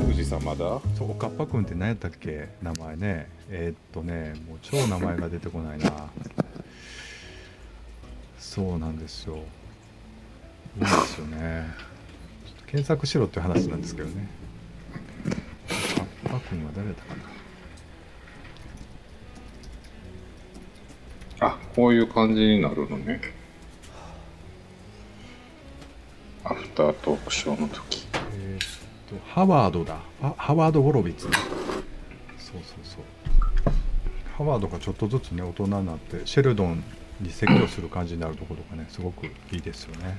だそうおかっぱくんって何やったっけ名前ねえーっとねもう超名前が出てこないなそうなんですよいいですよねちょっと検索しろっていう話なんですけどねおかっぱくんは誰だったかなあこういう感じになるのねアフタートークショーの時えーっとハワードだあハワード・ウォロビッツそうそうそうハワードがちょっとずつね大人になってシェルドンに説教する感じになるところがねすごくいいですよね、はい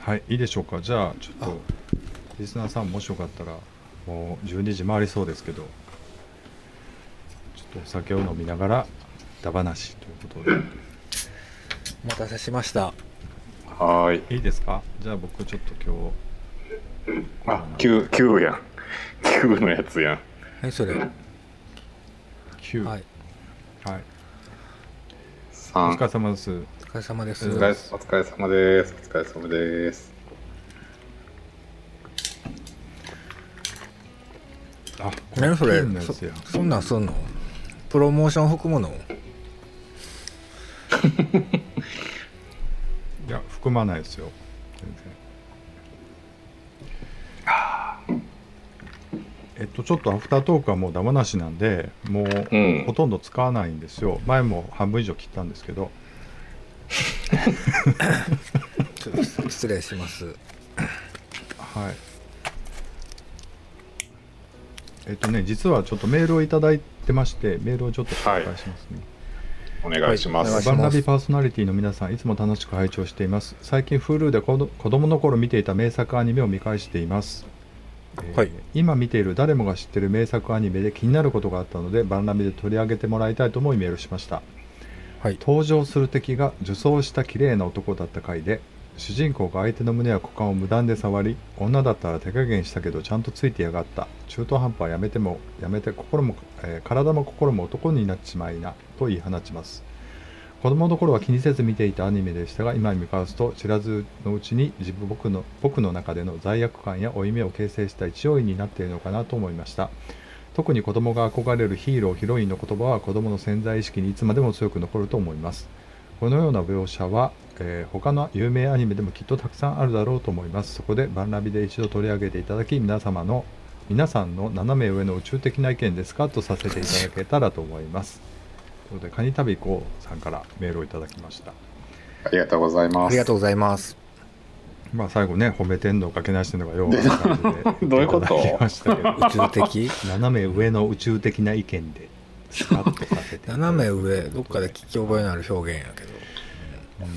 はい、いいでしょうかじゃあちょっとリスナーさんもしよかったらもう12時回りそうですけどちょっとお酒を飲みながらダバなしということで。お待たせしましたはーいいいですかじゃあ僕ちょっと今あ九9やん9のやつやん何それは日9いはい、お3疲れ様ですお疲れ様でおす疲れお疲れ様です。お疲れ様です。あこ何それ金のやそつやそんなんすんのプロモーション含むのいや含まないですよ全然えっとちょっとアフタートークはもうダマなしなんでもううんほとんど使わないんですよ前も半分以上切ったんですけどちょっと失礼しますはい。えっとね、実はちょっとメールをいただいてまして、メールをちょっと紹介しますね。お願いしまはいお願いす。しまバンナビパーソナリティの皆さん、いつも楽しく拝聴しています。最近、Hulu で子ど子供の頃見ていた名作アニメを見返しています。えーはい今見ている誰もが知っている名作アニメで気になることがあったので、バンナビで取り上げてもらいたいと思いメールしました。はい登場する敵が女装した綺麗な男だった回で主人公が相手の胸や股間を無断で触り女だったら手加減したけどちゃんとついてやがった中途半端はやめてもやめて心も、えー体も心も男になっちまいなと言い放ちます子供の頃は気にせず見ていたアニメでしたが今見返すと知らずのうちに自分僕の僕の中での罪悪感や負い目を形成した一要因になっているのかなと思いました特に子供が憧れるヒーローヒロインの言葉は子供の潜在意識にいつまでも強く残ると思いますこのような描写は、えー他の有名アニメでもきっとたくさんあるだろうと思いますそこでバンラビで一度取り上げていただき皆様の皆さんの斜め上の宇宙的な意見ですかとさせていただけたらと思いますということでカニ旅行さんからメールをいただきましたありがとうございます。ありがとうございますまあ最後ね褒めてんのかけなしてんのかような感じで言っ てどういうことただきましたけど宇宙的斜め上の宇宙的な意見でスカッとさせていただく 斜め上どっかで聞き覚えのある表現やけどうん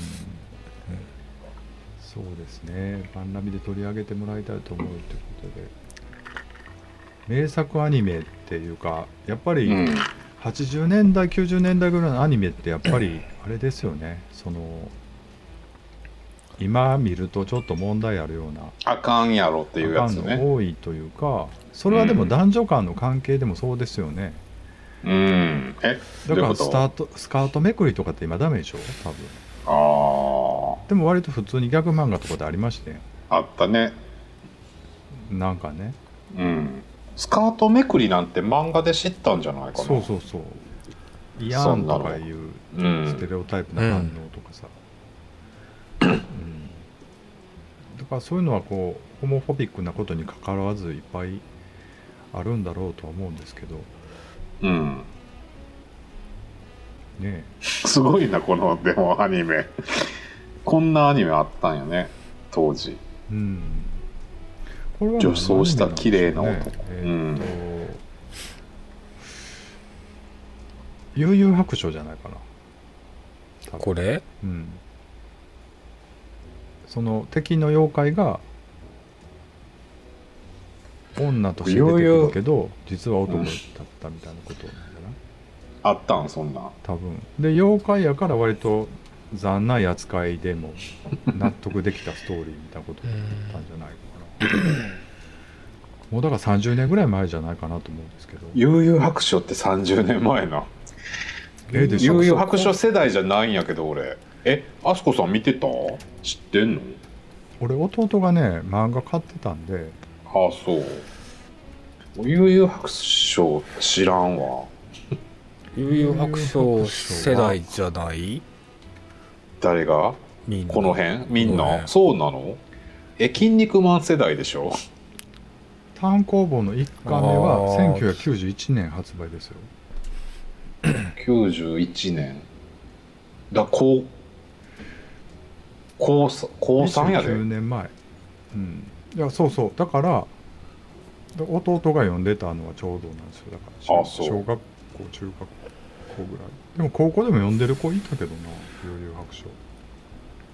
そうですね「バンラビ」で取り上げてもらいたいと思うということで名作アニメっていうかやっぱうりん。 80年代90年代ぐらいのアニメってやっぱりあれですよねその今見るとちょっと問題あるようなあかんやろっていうやつ感ね。の多いというかそれはでも男女間の関係でもそうですよね、うん。えどだういかうこらスターとトスカートめくりとかって今ダメでしょ多分あでも割と普通にギャグ漫画とかでありましてあ。あったね。なんかねうん。スカートめくりなんて漫画で知ったんじゃないかな。そうそうそうイヤーンとかいううステん。レオタイプな反応とかさ、うんだからそういうのはこうホモフォビックなことにかかわらずいっぱいあるんだろうとは思うんですけどねうん。えすごいな、この、でもアニメ。 こんなアニメあったんよね。当時。うんこれは女装した綺麗な何ん男でしょうねえーっと悠々白書じゃないかな多分これうん、その敵の妖怪が女として出てくるけど実は男だったみたいなことなんだな、あったん、そんなん。多分で妖怪やから割と残ない扱い でも納得できたストーリーみたいなことだったんじゃないかなもうだから30年ぐらい前じゃないかなと思うんですけど悠々白書って30年前な。ええでしょ悠々白書世代じゃないんやけど、俺。えあすこさん見てた知ってんの俺弟がね漫画買ってたんでああそう悠々白書知らんわ悠々白書世代じゃない誰がみんなこの辺みんこのな辺そうなのえ筋肉マン世代でしょ単行本の1巻目はあー1991年発売ですよ91年だ高高さ高3や29で年前うんいやそうそうだからで弟が読んでたのはちょうどなんですよだからあそう小学校中学校ぐらいでも高校でも読んでる子いたけどな幽流白書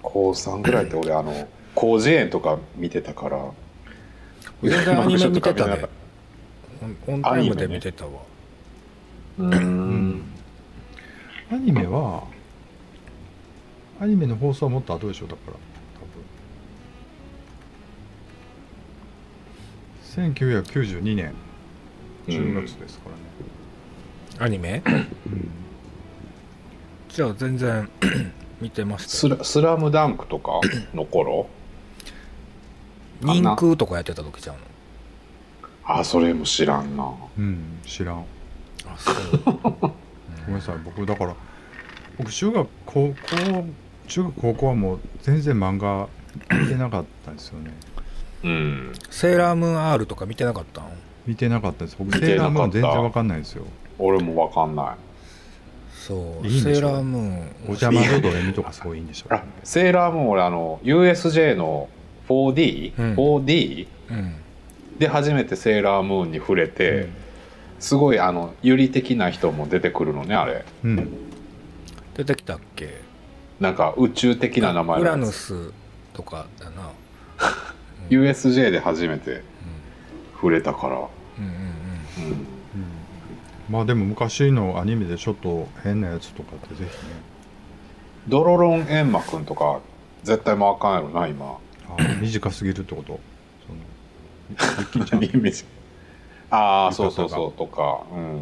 高3ぐらいって俺あの広辞苑とか見てたから全然アニメ見て たねかオンタイムで見てたわ、うーんアニメはアニメの放送はもっと後でしょだから多分1992年10月ですからね、アニメうんじゃあ全然 見てましたスラスラムダンクとかの頃あん人な空とかやってた時ちゃうのあそれも知らんなうん、知らんあそう ごめんなさい僕だから僕中学高校中学高校はもう全然漫画見てなかったんですよ ねうんセーラームーン R とか見てなかったん見てなかったです僕見セてーなかラーったムーン全然わかんないんですよ俺もわかんないそういいんでしょセーラームーンお邪魔のド M とかすごいいいんでしょうあセーラームーン俺あの USJ の 4D?4D? うんうんで初めてセーラームーンに触れて、うんすごいあのユリ的な人も出てくるのねあれうん出てきたっけなんか宇宙的な名前ウラのヌやつスとかだな、 USJ で初めて触れたから、うん、うんうんうんまあでも昔のアニメでちょっと変なやつとかってぜドロロンエンマくんとか絶対もうあかんやろな今ひ ねあ短すぎるってことそのイメージああ浴衣がそうそうそうとか、うん、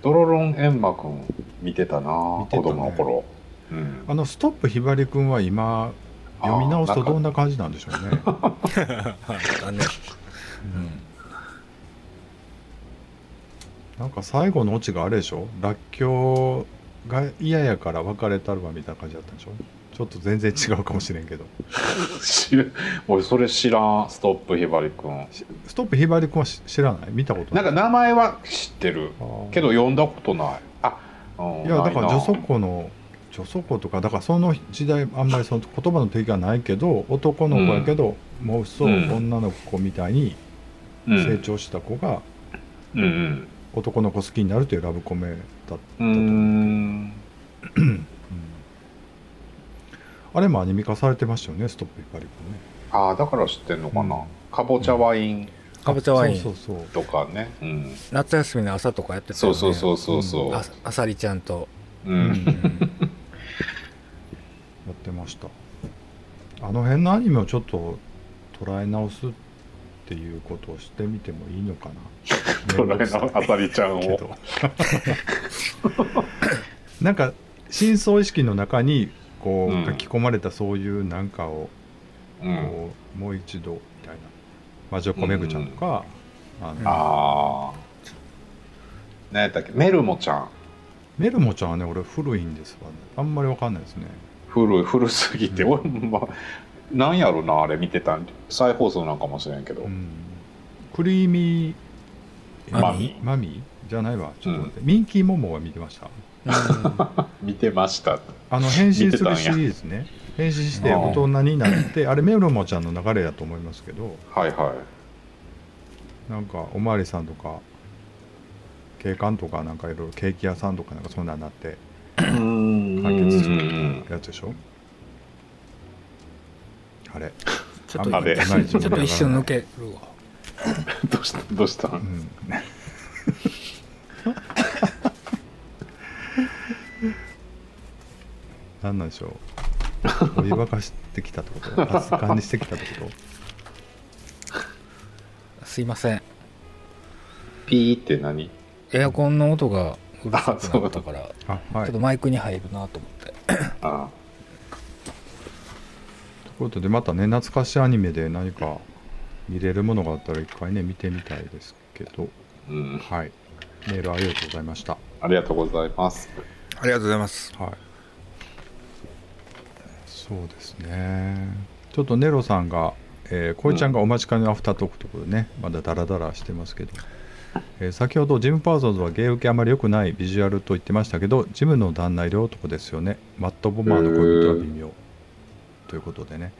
ドロロンエンマくん見てたな見てたね子供の頃、うん、あのストップひばりくんは今読み直すとどんな感じなんでしょうねうんあのなんか最後のオチがあれでしょらっきょうが嫌やから別れたるわみたいな感じだったんでしょちょっと全然違うかもしれんけど知る俺それ知らんストップひばりくんしストップひばりくんはし知らない見たことななんいか名前は知ってるあーけど読んだことないあ、うん、いやだなからいな女祖子の女祖子とかだからその時代あんまりその言葉の定義はないけど男の子やけど、もうそううん女の子みたいにうん成長した子がうんうん男の子好きになるというラブコメだ、うーんあれもアニメ化されてましたよねストップひばりくんねああだから知ってんのかな、うんかぼちゃワインかぼちゃワインそうそうそうとかね、うん、夏休みの朝とかやってたそうそうそううそうそう、ああさりちゃんと、ううんんやってましたあの辺のアニメをちょっと捉え直すっていうことをしてみてもいいのかな 捉えなあさりちゃんけをどなんか深層意識の中にこう、うん書き込まれたそういうなんかをうん、こう、もう一度みたいな魔女子めぐちゃんとか、あのああ何やったっけメルモちゃんメルモちゃんはね俺古いんですわ、ね、あんまりわかんないですね古い古すぎて、うん俺もまあなんやろなあれ見てたん再放送なんかもしれんけど、うんクリーミーママミミマミーじゃないわちょっと待って、ミンキーモモは見てました見てましたあの変身見てすたんやるシリーズね変身してあー大人になってあれメルモちゃんの流れだと思いますけどはいはいなんかおまわりさんとか警官とかなんかいろいろケーキ屋さんとかなんかそんなんなって解解決すうるみんたういんなやつでしょあれ、ちょっあんまとでちょっと一瞬抜けるわどうしたどうしたうんなんなんでしょうお湯沸かしてきたって こと熱燗にしてきたってことすいませんピーって何エアコンの音がうるさくなったからちあょはっいとマイクに入るなと思ってあということでまたね懐かしいアニメで何か見れるものがあったら一回ね見てみたいですけどうん。はいメールありがとうございましたありがとうございます。ありがとうございます。はいそうですねちょっとネロさんがえー、こいちゃんがお待ちかねのアフタートークということでね、まだダラダラしてますけど、えー先ほどジム・パーソンズは芸受けあまり良くないビジュアルと言ってましたけどジムの旦那色男ですよねマット・ボマーの恋人は微妙、ということでね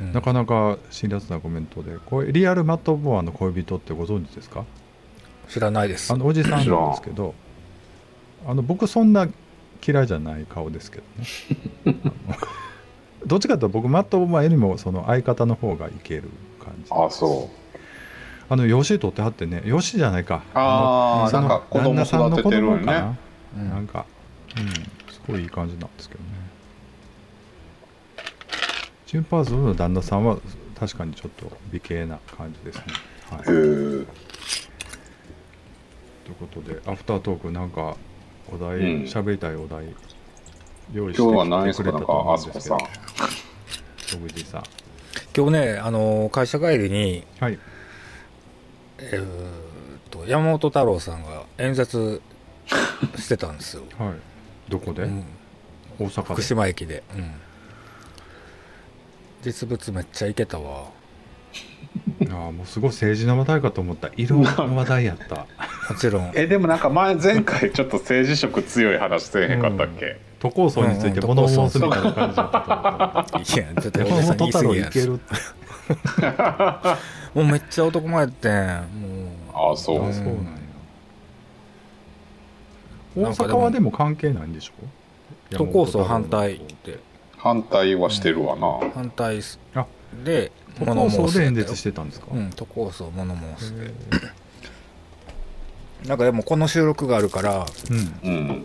うんなかなか辛辣なコメントで、これリアルマット・ボアの恋人ってご存知ですか知らないですあ。のおじさんなんですけど、あの僕、そんな嫌いじゃない顔ですけどね。あのどっちかというと、僕、マット・ボアよりもその相方の方がいける感じ。あ、そう。あの、養子取ってはってね、養子じゃないか。あーのなんか子供育ててるよね旦那さんの子供かなうなんんか、うん、すごいいい感じなんですけどね。チュンパーズの旦那さんは確かにちょっと美形な感じですね。はい、へというーことで、アフタートーク、なんかお題、うん喋、りたいお題、用意して今日は何きでてすくかれなたんとか、思あうんそでこすけさんど。、小口さん。今日ね、あの会社帰りに、はい。えーっと山本太郎さんが演説してたんで すよ。はい、どこで、うん大阪福で。島駅で、うん実物めっちゃいけたわああ、もうすごい政治の話題かと思った。色の話題やった。もちろんえ、でもなんか前、前回ちょっと政治色強い話せえへんかったっけ、都構想について物申すみたいな感じだったと思った。いやちょっと山おじさん本言い過太郎ぎいやけつるもうめっちゃ男前やってんもあ、そう。うんそうなんやうん大阪はでも関係ないんでしょう都構想反対っ山本太郎て反対はしてるわな。反対すあでの都構申想すでや演ったよ説してたんですか、うん都構想物申すへなんかでもこの収録があるからーうんうん。も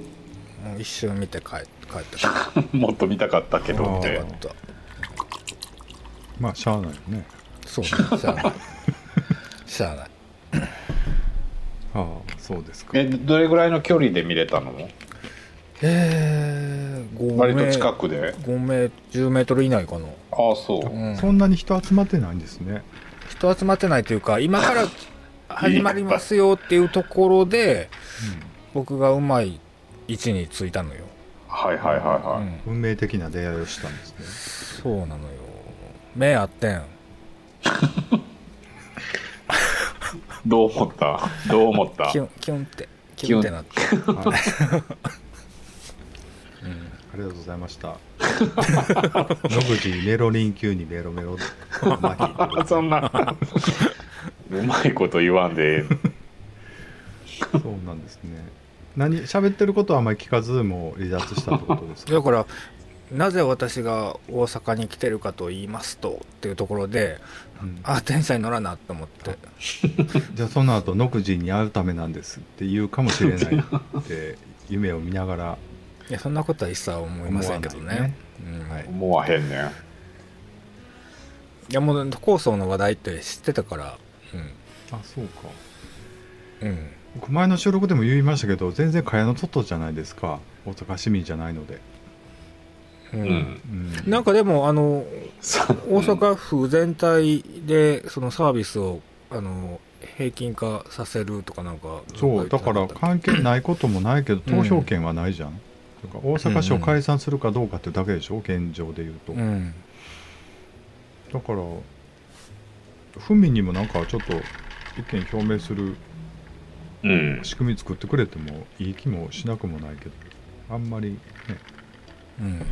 う一瞬見て帰帰ってきたもっと見たかったけどってえあ。ったまあしゃあないよねそうねしゃあないしゃあないああそうですかえ、どれぐらいの距離で見れたのえー、5割名と近くで。 5名10メートル以内かなああ、そう。うんそんなに人集まってないんですね人集まってないというか今から始まりますよっていうところで僕がうまい位置についたのよ、はいはいはいはうい。ん運命的な出会いをしたんですねそうなのよ目あってんどう思ったどう思 ったキュンキュンってキュンってなって、はいうんありがとうございました 野口メロリン級にメロメロマキという ことあでそんな、うまいこと言わんでえそうなんですね何喋ってることはあまり聞かずもう離脱したってことですかだからなぜ私が大阪に来てるかと言いますとっていうところで うんあ電車に乗らなと思ってじゃあその後ノクジに会うためなんですって言うかもしれないって夢を見ながらいやそんなことは一切思いませんけど思わないねねうんはえいん。思わへんねん。いやもう都構想の話題って知ってたからあそうかうんうん僕前の収録でも言いましたけど全然蚊帳の外じゃないですか大阪市民じゃないので、ううんん。うん、なんかでもあのさ大阪府全体でそのサービスをあの平均化させるとかなんかそうだから関係ないこともない けどうん投票権はないじゃん、だから大阪市を解散するかどうかってだけでしょ現状で言うと、うんだから府民にもなんかちょっと意見表明するうん。仕組み作ってくれてもいい気もしなくもないけどあんまりねうん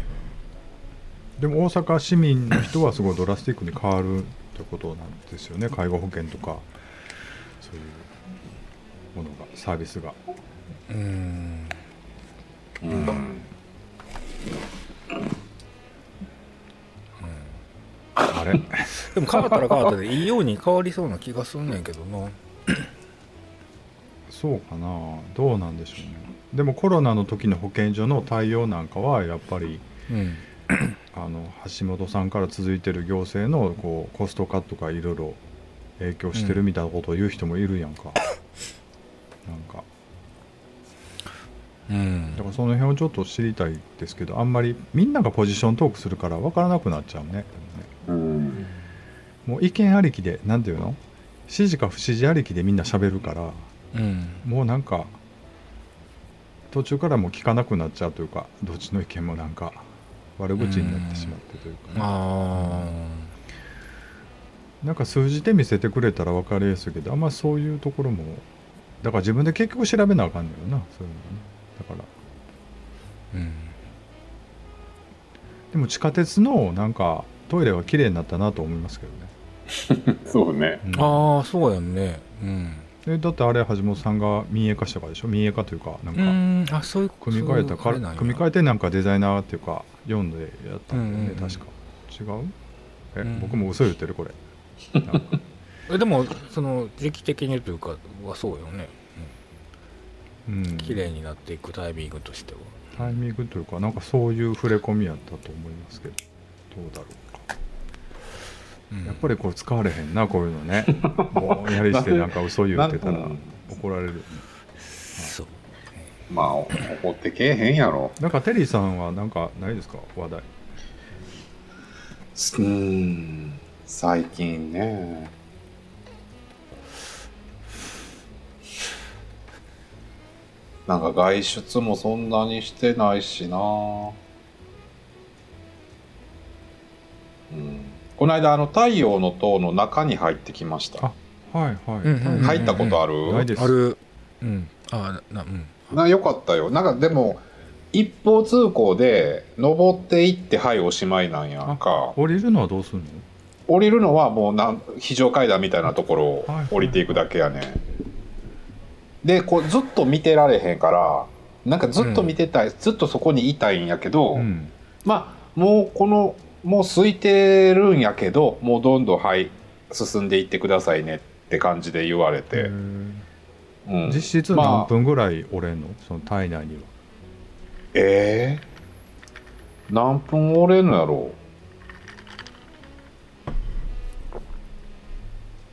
でも大阪市民の人はすごいドラスティックに変わるってことなんですよね介護保険とかそういうものがサービスがうんうん。あれでも変わったら変わったでいいように変わりそうな気がすんねんけどなそうかなどうなんでしょうねでもコロナの時の保健所の対応なんかはやっぱりうんあの橋本さんから続いてる行政のこうコストカットがいろいろ影響してるみたいなことを言う人もいるやんか、なんかうんだからその辺をちょっと知りたいですけどあんまりみんながポジショントークするから分からなくなっちゃうねうん。もう意見ありきで何て言うの指示か不指示ありきでみんな喋るからうんもうなんか途中からもう聞かなくなっちゃうというかどっちの意見もなんか悪口になってしまってというかね、あなんか数字で見せてくれたら分かりやすいけどあんまそういうところもだから自分で結局調べなあかんねんよなそういうのねだからーうんでも地下鉄のなんかトイレは綺麗になったなと思いますけどね、そうね。うんああそうやんねうんえだってあれ橋本さんが民営化したからでしょ民営化というかなんうかんあそういう組み替えたから組み替ええてなんかデザイナーっていうか読んでやったんだよね、うんうんうん確か違うえ、うん僕も嘘言ってるこれ なんかえでもその時期的にというかはそうよねうん綺麗になっていくタイミングとしてはタイミングというかなんかそういう触れ込みやったと思いますけどどうだろうかやっぱりこう使われへんなこういうの ねぼんやりしてなんか嘘言ってたならん怒られるりそうまあ、お怒ってけえへんやろ。なんかテリーさんはなんかないですか話題うん。最近ね。なんか外出もそんなにしてないしなうん。この間、あの、太陽の塔の中に入ってきました。あはいはい、うんうんうん入ったことある、ないですあるうんあなうんな良かったよなんかでも一方通行で登っていってはいおしまいなんやんか降りるのはどうすんの降りるのはもうなん非常階段みたいなところをはい降りていくだけやねんでこうずっと見てられへんからなんかずっと見てたい、ずっとそこにいたいんやけど、うんまあもうこのもう空いてるんやけどもうどんどんはい進んでいってくださいねって感じで言われへて、ーうん実質何分ぐらい折れんのその体内にはえー、何分折れんのやろう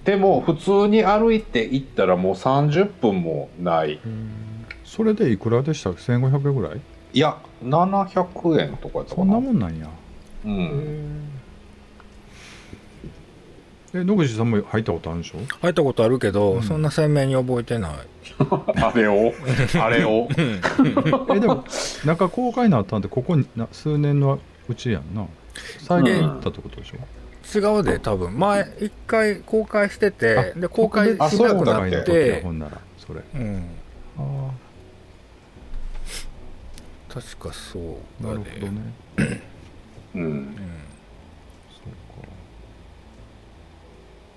でも普通に歩いて行ったらもう30分もないそれでいくらでしたっけ1500円ぐらいいや700円とかやったそかんななもんなんやうん、え野口さんも入ったことある んでしょ入ったことあるけど、うんそんな鮮明に覚えてないあれ をあれをえでも中公開になったんってここにな数年のうちやんな最近行ったってことでしょ、違うで多分前一回公開しててあで公開しあなそくうだな互っていのっ時のて本ならそれうんああ確かそうなるだねほどねうんそうか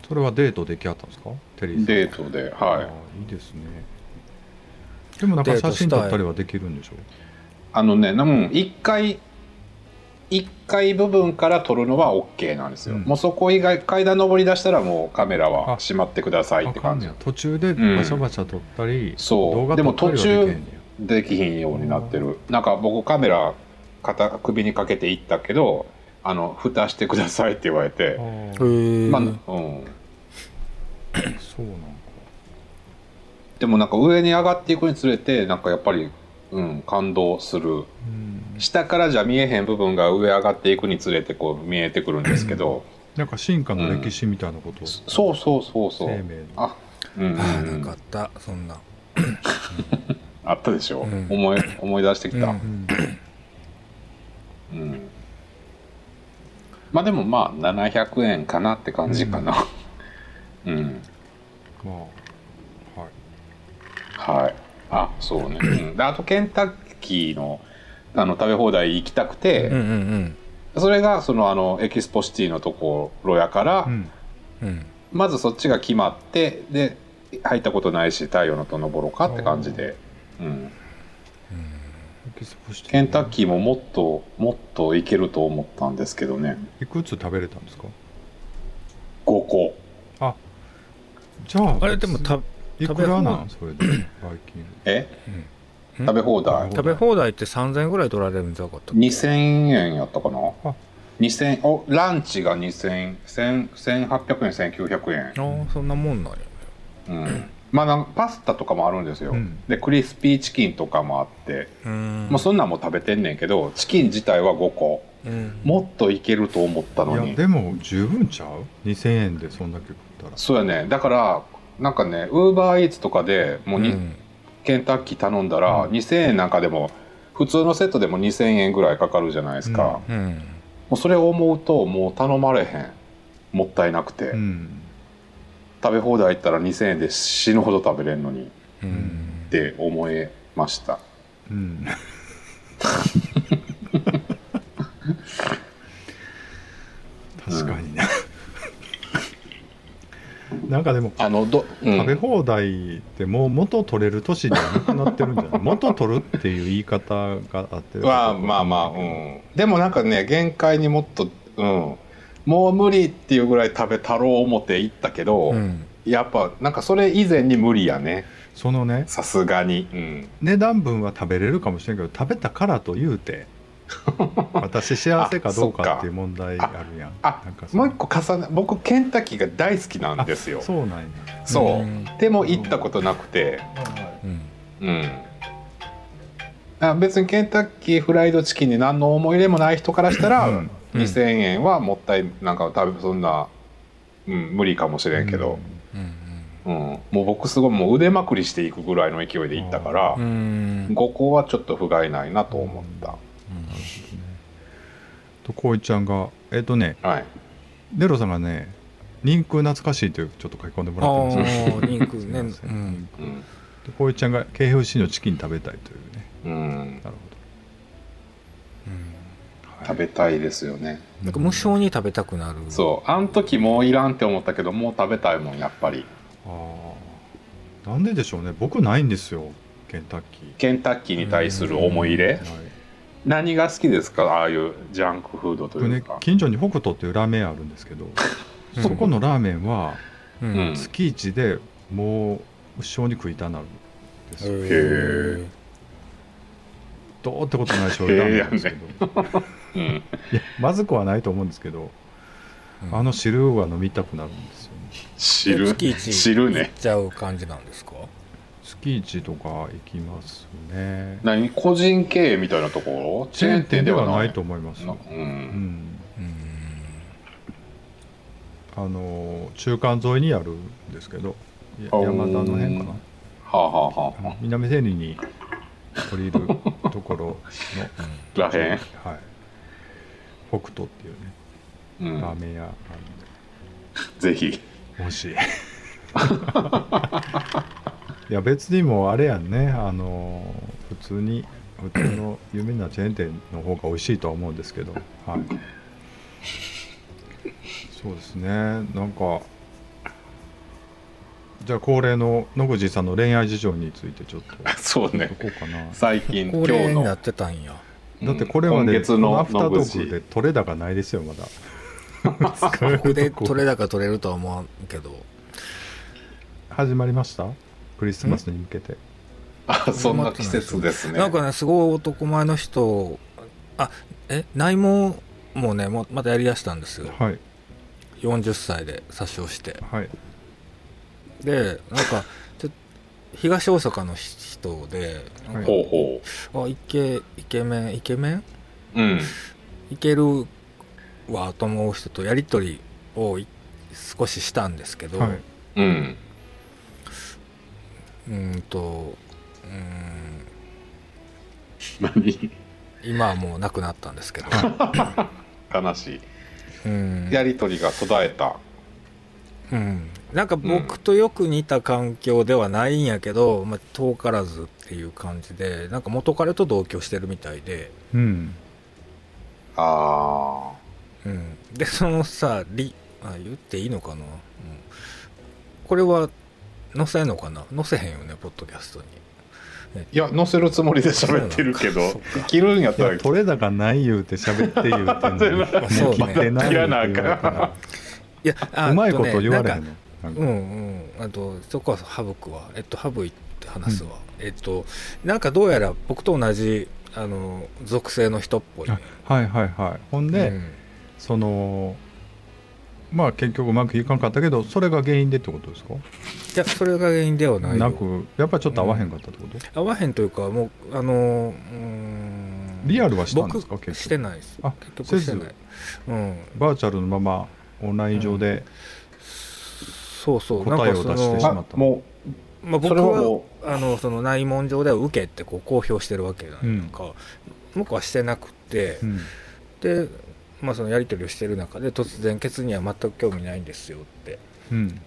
それはデートできあったんですかテリーさんデートであはいあいいですねでもなんか写真撮ったりはできるんでしょあのねうん1回1階部分から撮るのは OK なんですよ、うんもうそこ以外階段登り出したらもうカメラはしまってくださいあってかん感ねじや途中うでんバシャバシャ撮ったり、そう動画撮ったりはできへんねやでもできひんようになってるなんか僕カメラ肩首にかけていったけどあの蓋してくださいって言われてあうーんへえ、まあ、うん、そうなんかでもなんか上に上がっていくにつれてなんかやっぱり、うん、感動するうん下からじゃ見えへん部分が上上がっていくにつれてこう見えてくるんですけどなんか進化の歴史みたいなこと、そうそうそうそ生う命のあうん、ああなうんかあったそんなあったでしょ、うん思い思い出してきた、ううんうんまあでもまあ700円かなって感じかなうんまあはいはい。あ、そうね。うんであと、ケンタッキーの、あの、食べ放題行きたくて、うんうんそれが、その、あの、エキスポシティのところやから、うんうんうんまずそっちが決まって、で、入ったことないし、太陽の塔登ろうかって感じで、うん。エキスポシティケンタッキーももっと、もっといけると思ったんですけどね。いくつ食べれたんですか5個。じゃああれでもた、いくらなんそれでバイキングえうん食べ放題食べ放題って3000円ぐらい取られるんじゃなかったっけ ?2000 円やったかなあ ?2000、お、ランチが2000、1000 1800円、1900円。ああそんなもんなんやうんまあなんかパスタとかもあるんですよ、うんでクリスピーチキンとかもあって、うんまあ、そんなんも食べてんねんけどチキン自体は5個うんもっといけると思ったのいにやでも十分ちゃう2000円でそんだけ食ったらそうやねだからなんかねウーバーイーツとかでもうに、うんケンタッキー頼んだら、うん2000円なんかでも普通のセットでも2000円ぐらいかかるじゃないですか、うんもうんうそれを思うともう頼まれへんもったいなくて、うん食べ放題行ったら2000円で死ぬほど食べれんのにうんんって思いましたうん確かにね、なんかでもあのど、うん食べ放題でもう元取れる年ではなくなってるんじゃない元取るっていう言い方があってまあまあまあ、うん、でもなんかね限界にもっと、うん、もう無理っていうぐらい食べたろう思って行ったけど、うんやっぱなんかそれ以前に無理やねそのねさすがに、うん、値段分は食べれるかもしれんけど食べたからと言うて私幸せかどうかっていう問題あるやんあなんかそものう一個重ね僕ケンタッキーが大好きなんですよそうなんやそう、うんでも行ったことなくてうんうんあ別にケンタッキーフライドチキンに何の思い入れもない人からしたら、うん2,000円はもったいなんか多分そんな、うん、無理かもしれんけど、うんうんもう僕すごいもう腕まくりしていくぐらいの勢いで行ったから、うんうん5個はちょっと不甲斐ないなと思った、とこういちゃんがえっ、とねはいネロさんがね「人空懐かしい」というちょっと書き込んでもらあってますーリンクねねうんうんとこういちゃんが KFC のチキン食べたいというねうん、なるほど食べたいですよねなんか無償に食べたくなるそうあの時もういらんって思ったけどもう食べたいもんやっぱりああなんででしょうね僕ないんですよケンタッキーケンタッキーに対する思い入れはい何が好きですかああいうジャンクフードと僕いうねか、近所に北斗っていうラーメン屋あるんです けどそこのラーメンはううんん、月一でもう無性に食いたなるんですよ、へどうってことない醤油ラーメンなん ですけど、うん、いやまずくはないと思うんですけど、うんあの汁は飲みたくなるんですよね知る月一知る行っねちゃう感じなんですか月一とか行きますね何個人経営みたいなところチェーン店ではないと思いますなよ、う、うんん、うんあの中間沿いにあるんですけどやあー山田の辺かなはあ、はあはああの南千里に降りるところのら へん、はい、北斗っていうねうラーん、メン屋があるんで、ぜひ美味しい いや別にもうあれやんねあの普通に普通の有名なチェーン店の方が美味しいとは思うんですけどはいそうですねなんかじゃあ恒例の野口さんの恋愛事情についてちょっとそうどねこうかな最近今恒日例にのなってたんやだってこれは今ね、月こののアフタート野ークで口取れ高ないですよまだこ こで取れ高取れるとは思わんけど始まりましたクリスマスに向けてあそんな季節ですねなんかねすごい男前の人あえ内門もねもうまたやりだしたんですよはい40歳で殺傷してはいでなんかちょ東大阪の人でなんか、ほうほあイケイケメンイケメンううんいけるわと思う人とやり取りをい少ししたんですけど、はいうんうーんとうーん何今はもう亡くなったんですけど、悲しうんいやりとりが途絶えたうん、なんか僕とよく似た環境ではないんやけど、まあ、遠からずっていう感じでなんか元彼と同居してるみたいで、うんあうん、でそのさりあ言っていいのかな、うん、これは載せんのかな載せへんよねポッドキャストにーいや載せるつもりで喋ってるけどそうなんだそっか生きるんやっいたやら取れ高ない言うて喋って言うてんのにそもうねう切ってない切言らうなあかんて言われたらいやあうまいこえととね言われへなんんかのなんうかんうんあとそこは省くわえっと省いて話すわ、えっとなんかどうやら僕と同じあの属性の人っぽいね、はいはいはいほんでうんそのまあ結局うまくいかんかったけどそれが原因でってことですかいやそれが原因ではないよなくやっぱりちょっと合わへんかったってこと、合わへんというかもうあのーうーんリアルはしたんですか僕結して局ないですあ結局してなせいうんバーチャルのままオンライン上で、そうそう答えをなんか出そしてのしまったあもまそあ、僕れははもあのその内門上では受けってこう公表してるわけじゃないですか、僕はしてなくて、うんで、まあ、そのやり取りをしてる中で突然「ケツには全く興味ないんですよ」ってうん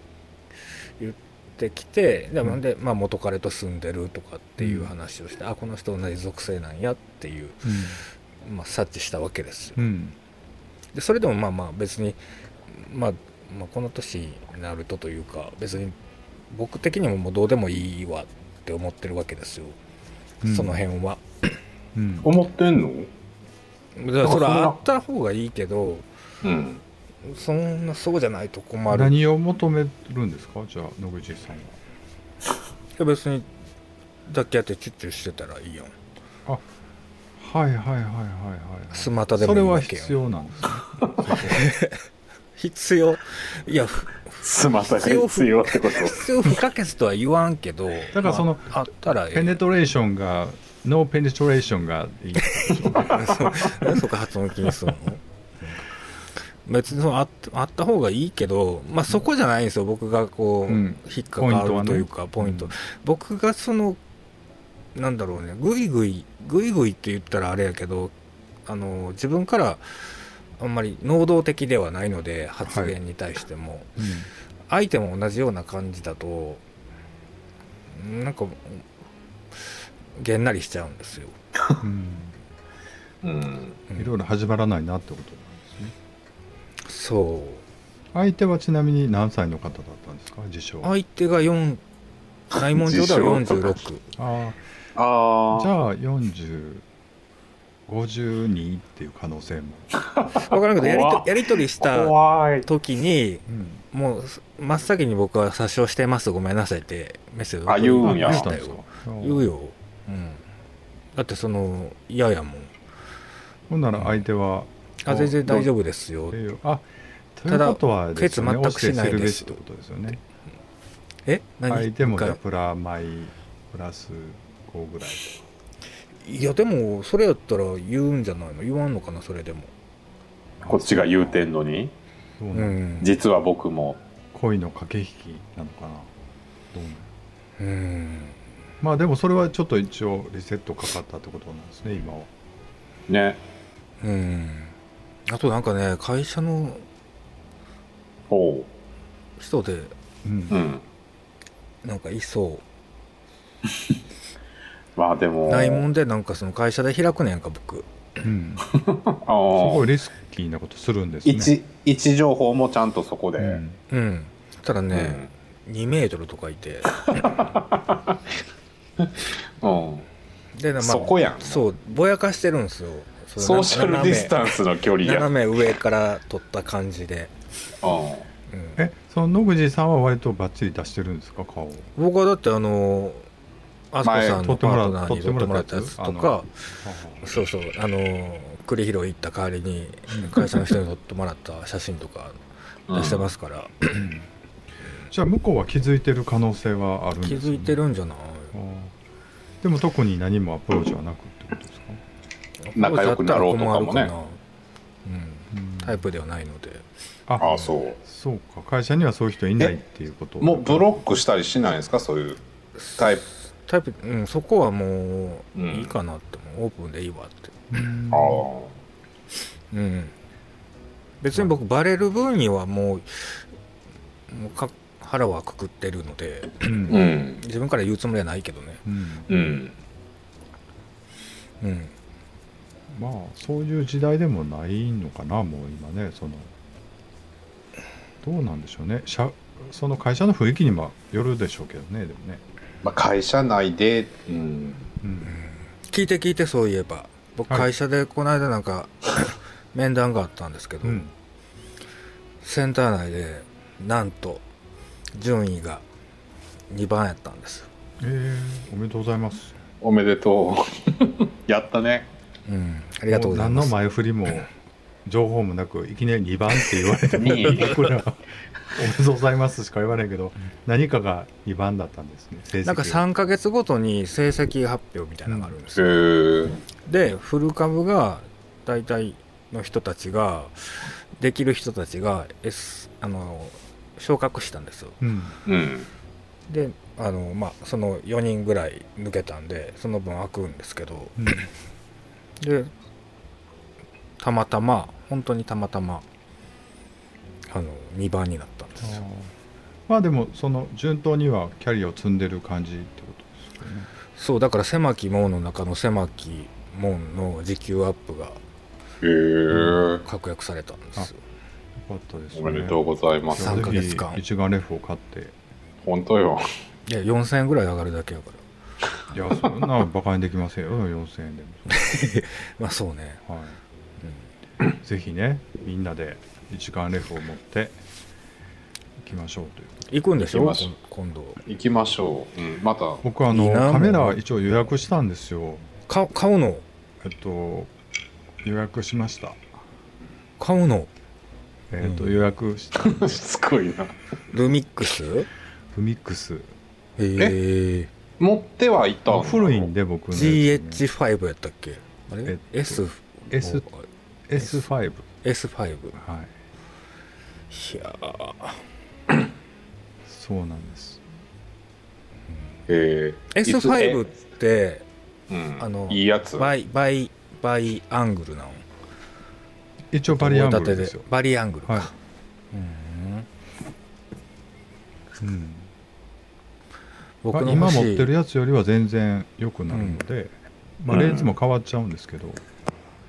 言ってきてでうんなんで、まあ、元彼と住んでるとかっていう話をして、あこの人同じ属性なんやっていう、まあ、察知したわけですようんうんでそれでもまあまあ別に、まあ、まあこの年になるとというか別に僕的にももうどうでもいいわって思ってるわけですよ、うんその辺は。うんう思ってんのだからそれはあった方がいいけどうんそんなそうじゃないと困るい何を求めるんですかじゃあ野口さんはや別に抱き合ってチュッチュしてたらいいやんはいはいはいはいはいスマタでもそれいいはわけやん必要なんですね必要いやふ すまさ必要が必要ってこと必要不可欠とは言わんけどだからそのまあ、あったらえペネトレーションがノーペネトレーションがいいえなんでそこ発音気にするの別にそのあっあった方がいいけど、まあ、そこじゃないんですよ僕がこうう、ん引っかかポイントはるねというかポイントうん僕がそのなんだろうねグイグイグイグイって言ったらあれやけどあの自分からあんまり能動的ではないので発言に対しても、相手も同じような感じだとなんかげんなりしちゃうんですようんうんうんいろいろ始まらないなってことそう相手はちなみに何歳の方だったんですか自称あ相手が4内門上では46 あああじゃあ4052っていう可能性も、分からんけどやり怖とっやり取りした怖い時にうん、もう真っ先に僕は「殺傷してますごめんなさい」ってメッセージをあ言うんや送りまどししたたんよですか言うよ、うん、だってその嫌やもんほんなら相手はあ全然大丈夫ですよええよあといたうだことはですよねケツ全くしな落ちいてるべでしすってことですよねえ何相手も一じゃあ回プラマイプラス5ぐらいいやでもそれやったら言うんじゃないの言わんのかなそれでもこっちが言うてんのにどううなのん、実は僕も恋の駆け引きなのかなどうなのうん、まあでもそれはちょっと一応リセットかかったってことなんですね今はねうん、あとなんかね会社のおう人でうんうんなんかいそうまあでもないもんでなんかその会社で開くねんか僕うんすあーごいリスキーなことするんですね位置位置情報もちゃんとそこで、うんうんただうんね、2メートルとかいてうんで、まあそこやんそうぼやかしてるんですよそのソーシャルディスタンスの距離や、うん、斜め斜め上から撮った感じで、うんえその野口さんは割とバッチリ出してるんですか顔を僕はだってあのあすこさんのパートナ前撮ーに撮っっててももららっったたややつつとあかそうそうあの栗広行った代わりに会社の人に撮ってもらった写真とか出してますから、じゃあ向こうは気づいてる可能性はあるんです気ねづいてるんじゃないあーでも特に何もアプローチはなくってことですか、仲良くなろうとかもねこうやったら困るかなうんうんタイプではないのでああそうそうか会社にはそういう人いないっていうこともうブロックしたりしないんですかそういうタイプタイプ、うん、そこはもううんいいかなって、もうオープンでいいわって、うんあうん、別に僕バレる分にはもうもうか腹はくくってるのでうあうんん自分から言うつもりはないけどね、うんうんうん、まあそういう時代でもないのかなもう今ねそのどうなんでしょうね社その会社の雰囲気にもよるでしょうけどねでもね、まあ、会社内で、うん、うん、聞いて聞いてそういえば僕はい会社でこの間なんか面談があったんですけど、うんセンター内でなんと順位が2番やったんです、えーおめでとうございますおめでとう やったねうん、ありがとうござもい何まのす前振りも情報もなくいきなり2番って言われて も二位僕らは「おめでとうございます」しか言わないけど何かが2番だったんですね成績がなんか3ヶ月ごとに成績発表みたいなのがあるんですよ、ーでフル株が大体の人たちができる人たちが、S、あの昇格したんですようんうんであの、まあ、その4人ぐらい抜けたんでその分開くんですけどうん でたまたま本当にたまたまあの2番になったんですよまあでもその順当にはキャリアを積んでる感じってことですよねそうだから狭き門の中の狭き門の時給アップがへー確約されたんですよよかったですおねめでとうございまうす三ヶ月間ぜひ一眼レフを買って本当よいや4000円ぐらい上がるだけやからいやそんなバカにできませんよ4000円でも、まあそうね、はうんい、ぜひねみんなで一眼レフを持っていきましょうという行くんでしょ行きます今度行きましょう、うん、また僕あいいのなカメラは一応予約したんですよか買うのえっと予約しました買うのえっと、うん予約したしつこいなルミックスへフミッ クスえ持ってはいたの古いんで僕のやつね GH5 やったっけあれ、えっと S S- S5 S5 はいいやーそうなんですへー S5 っいつてえうんあのいいやつバイバイバイアングルなの一応バリアングル大で立すてよでバリアングルか、はいうーんうん僕まのあ今欲持っしいてるやつよりは全然良くなるので、まあ、うんレンズも変わっちゃうんですけど、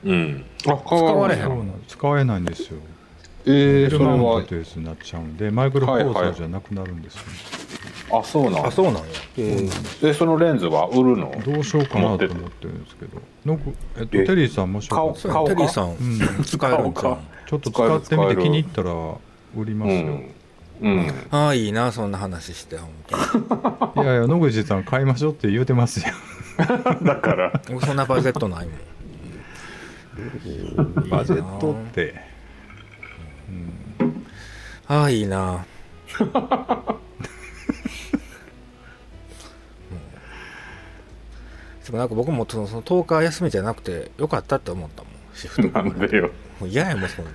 うんあ使わわれれへへんんそうなん使えないんですよえー、それマウンはトというやつになっちゃうんでマイクロフォーサーじゃなくなるんですよ、あそうなんあそうなんやえー、えそのレンズは売るのどうしようかなと思ってるんですけどなんか、えっと、テリーさんもしよかったそうらや買おうテかリーさん、ん使える買おうんちゃうかちょっと使って使みえてる気に入ったら売りますよ、うん、 うん、ああいいなそんな話して本当にいやいや野口さん買いましょうって言うてますよだから僕そんなバジェットないもんバジェットってああいいなうんでもなんか僕もそのその10日休みじゃなくてよかったって思ったもんシフトなんでよもう嫌やもんその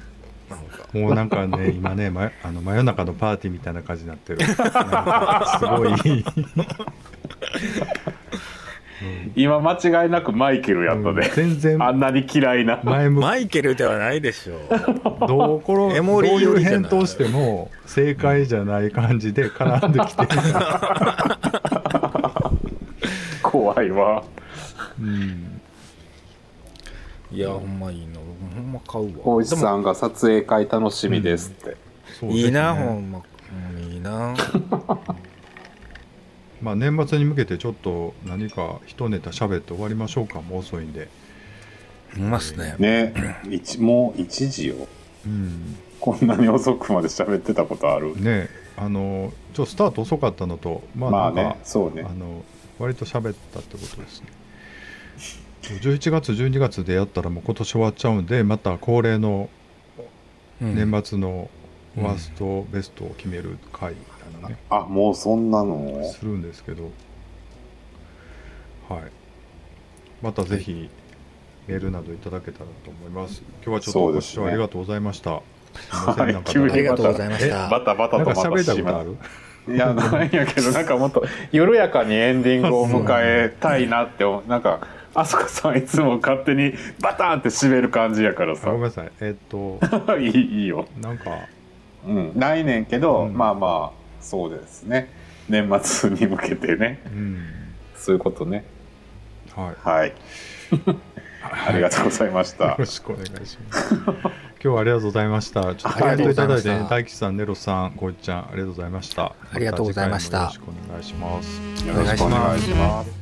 なんかもうなんかね今ね、ま、あの真夜中のパーティーみたいな感じになってるなんかすごい今間違いなくマイケルやったうんで、全然あんなに嫌いな前向きマイケルではないでしょうどうころエどモうリーい寄うりじゃない返答しても正解じゃない感じで絡んで きてる、怖いわうん、いやほんまいいな僕ほんま買うわ大石さんが撮影会楽しみですって、そうですねいいなほんまうんいいなまあ年末に向けてちょっと何か一ネタ喋って終わりましょうかもう遅いんでいますねね一もう1時ようんこんなに遅くまで喋ってたことあるねあのちょっとスタート遅かったのとまあまなあんか、ねそうねあの割と喋ったってことですね11月12月でやったらもう今年終わっちゃうんでまた恒例のうん年末のワーストベストを決める会みたいなね、あもうそんなのするんですけどはいまたぜひメールなどいただけたらと思います今日はちょっとそうごで視すね聴ありがとうございましたすいませんはいなんか急にありがとうございましえたバタバタなんとかまた喋ったしこまとうあるいや、なんやけど、なんかもっと緩やかにエンディングを迎えたいなって思う、なんか、あそこさんいつも勝手にバタンって締める感じやからあごさめん、なさいえっといいいいよ。なんかうん、ないねんけど、うんまあまあ、そうですね。年末に向けてねう、んそういうことね。はいはい。ありがとうございましよたろ。しくお願いします。今日はありがとうございました。ちょっとコメントいただいて、ありがとうございまねし、た大吉さん、ネロさん、ゴイちゃん、ありがとうございました。ありがとうございましたた次回もよろしくお願いします。よお願いしまろしすくお願いします。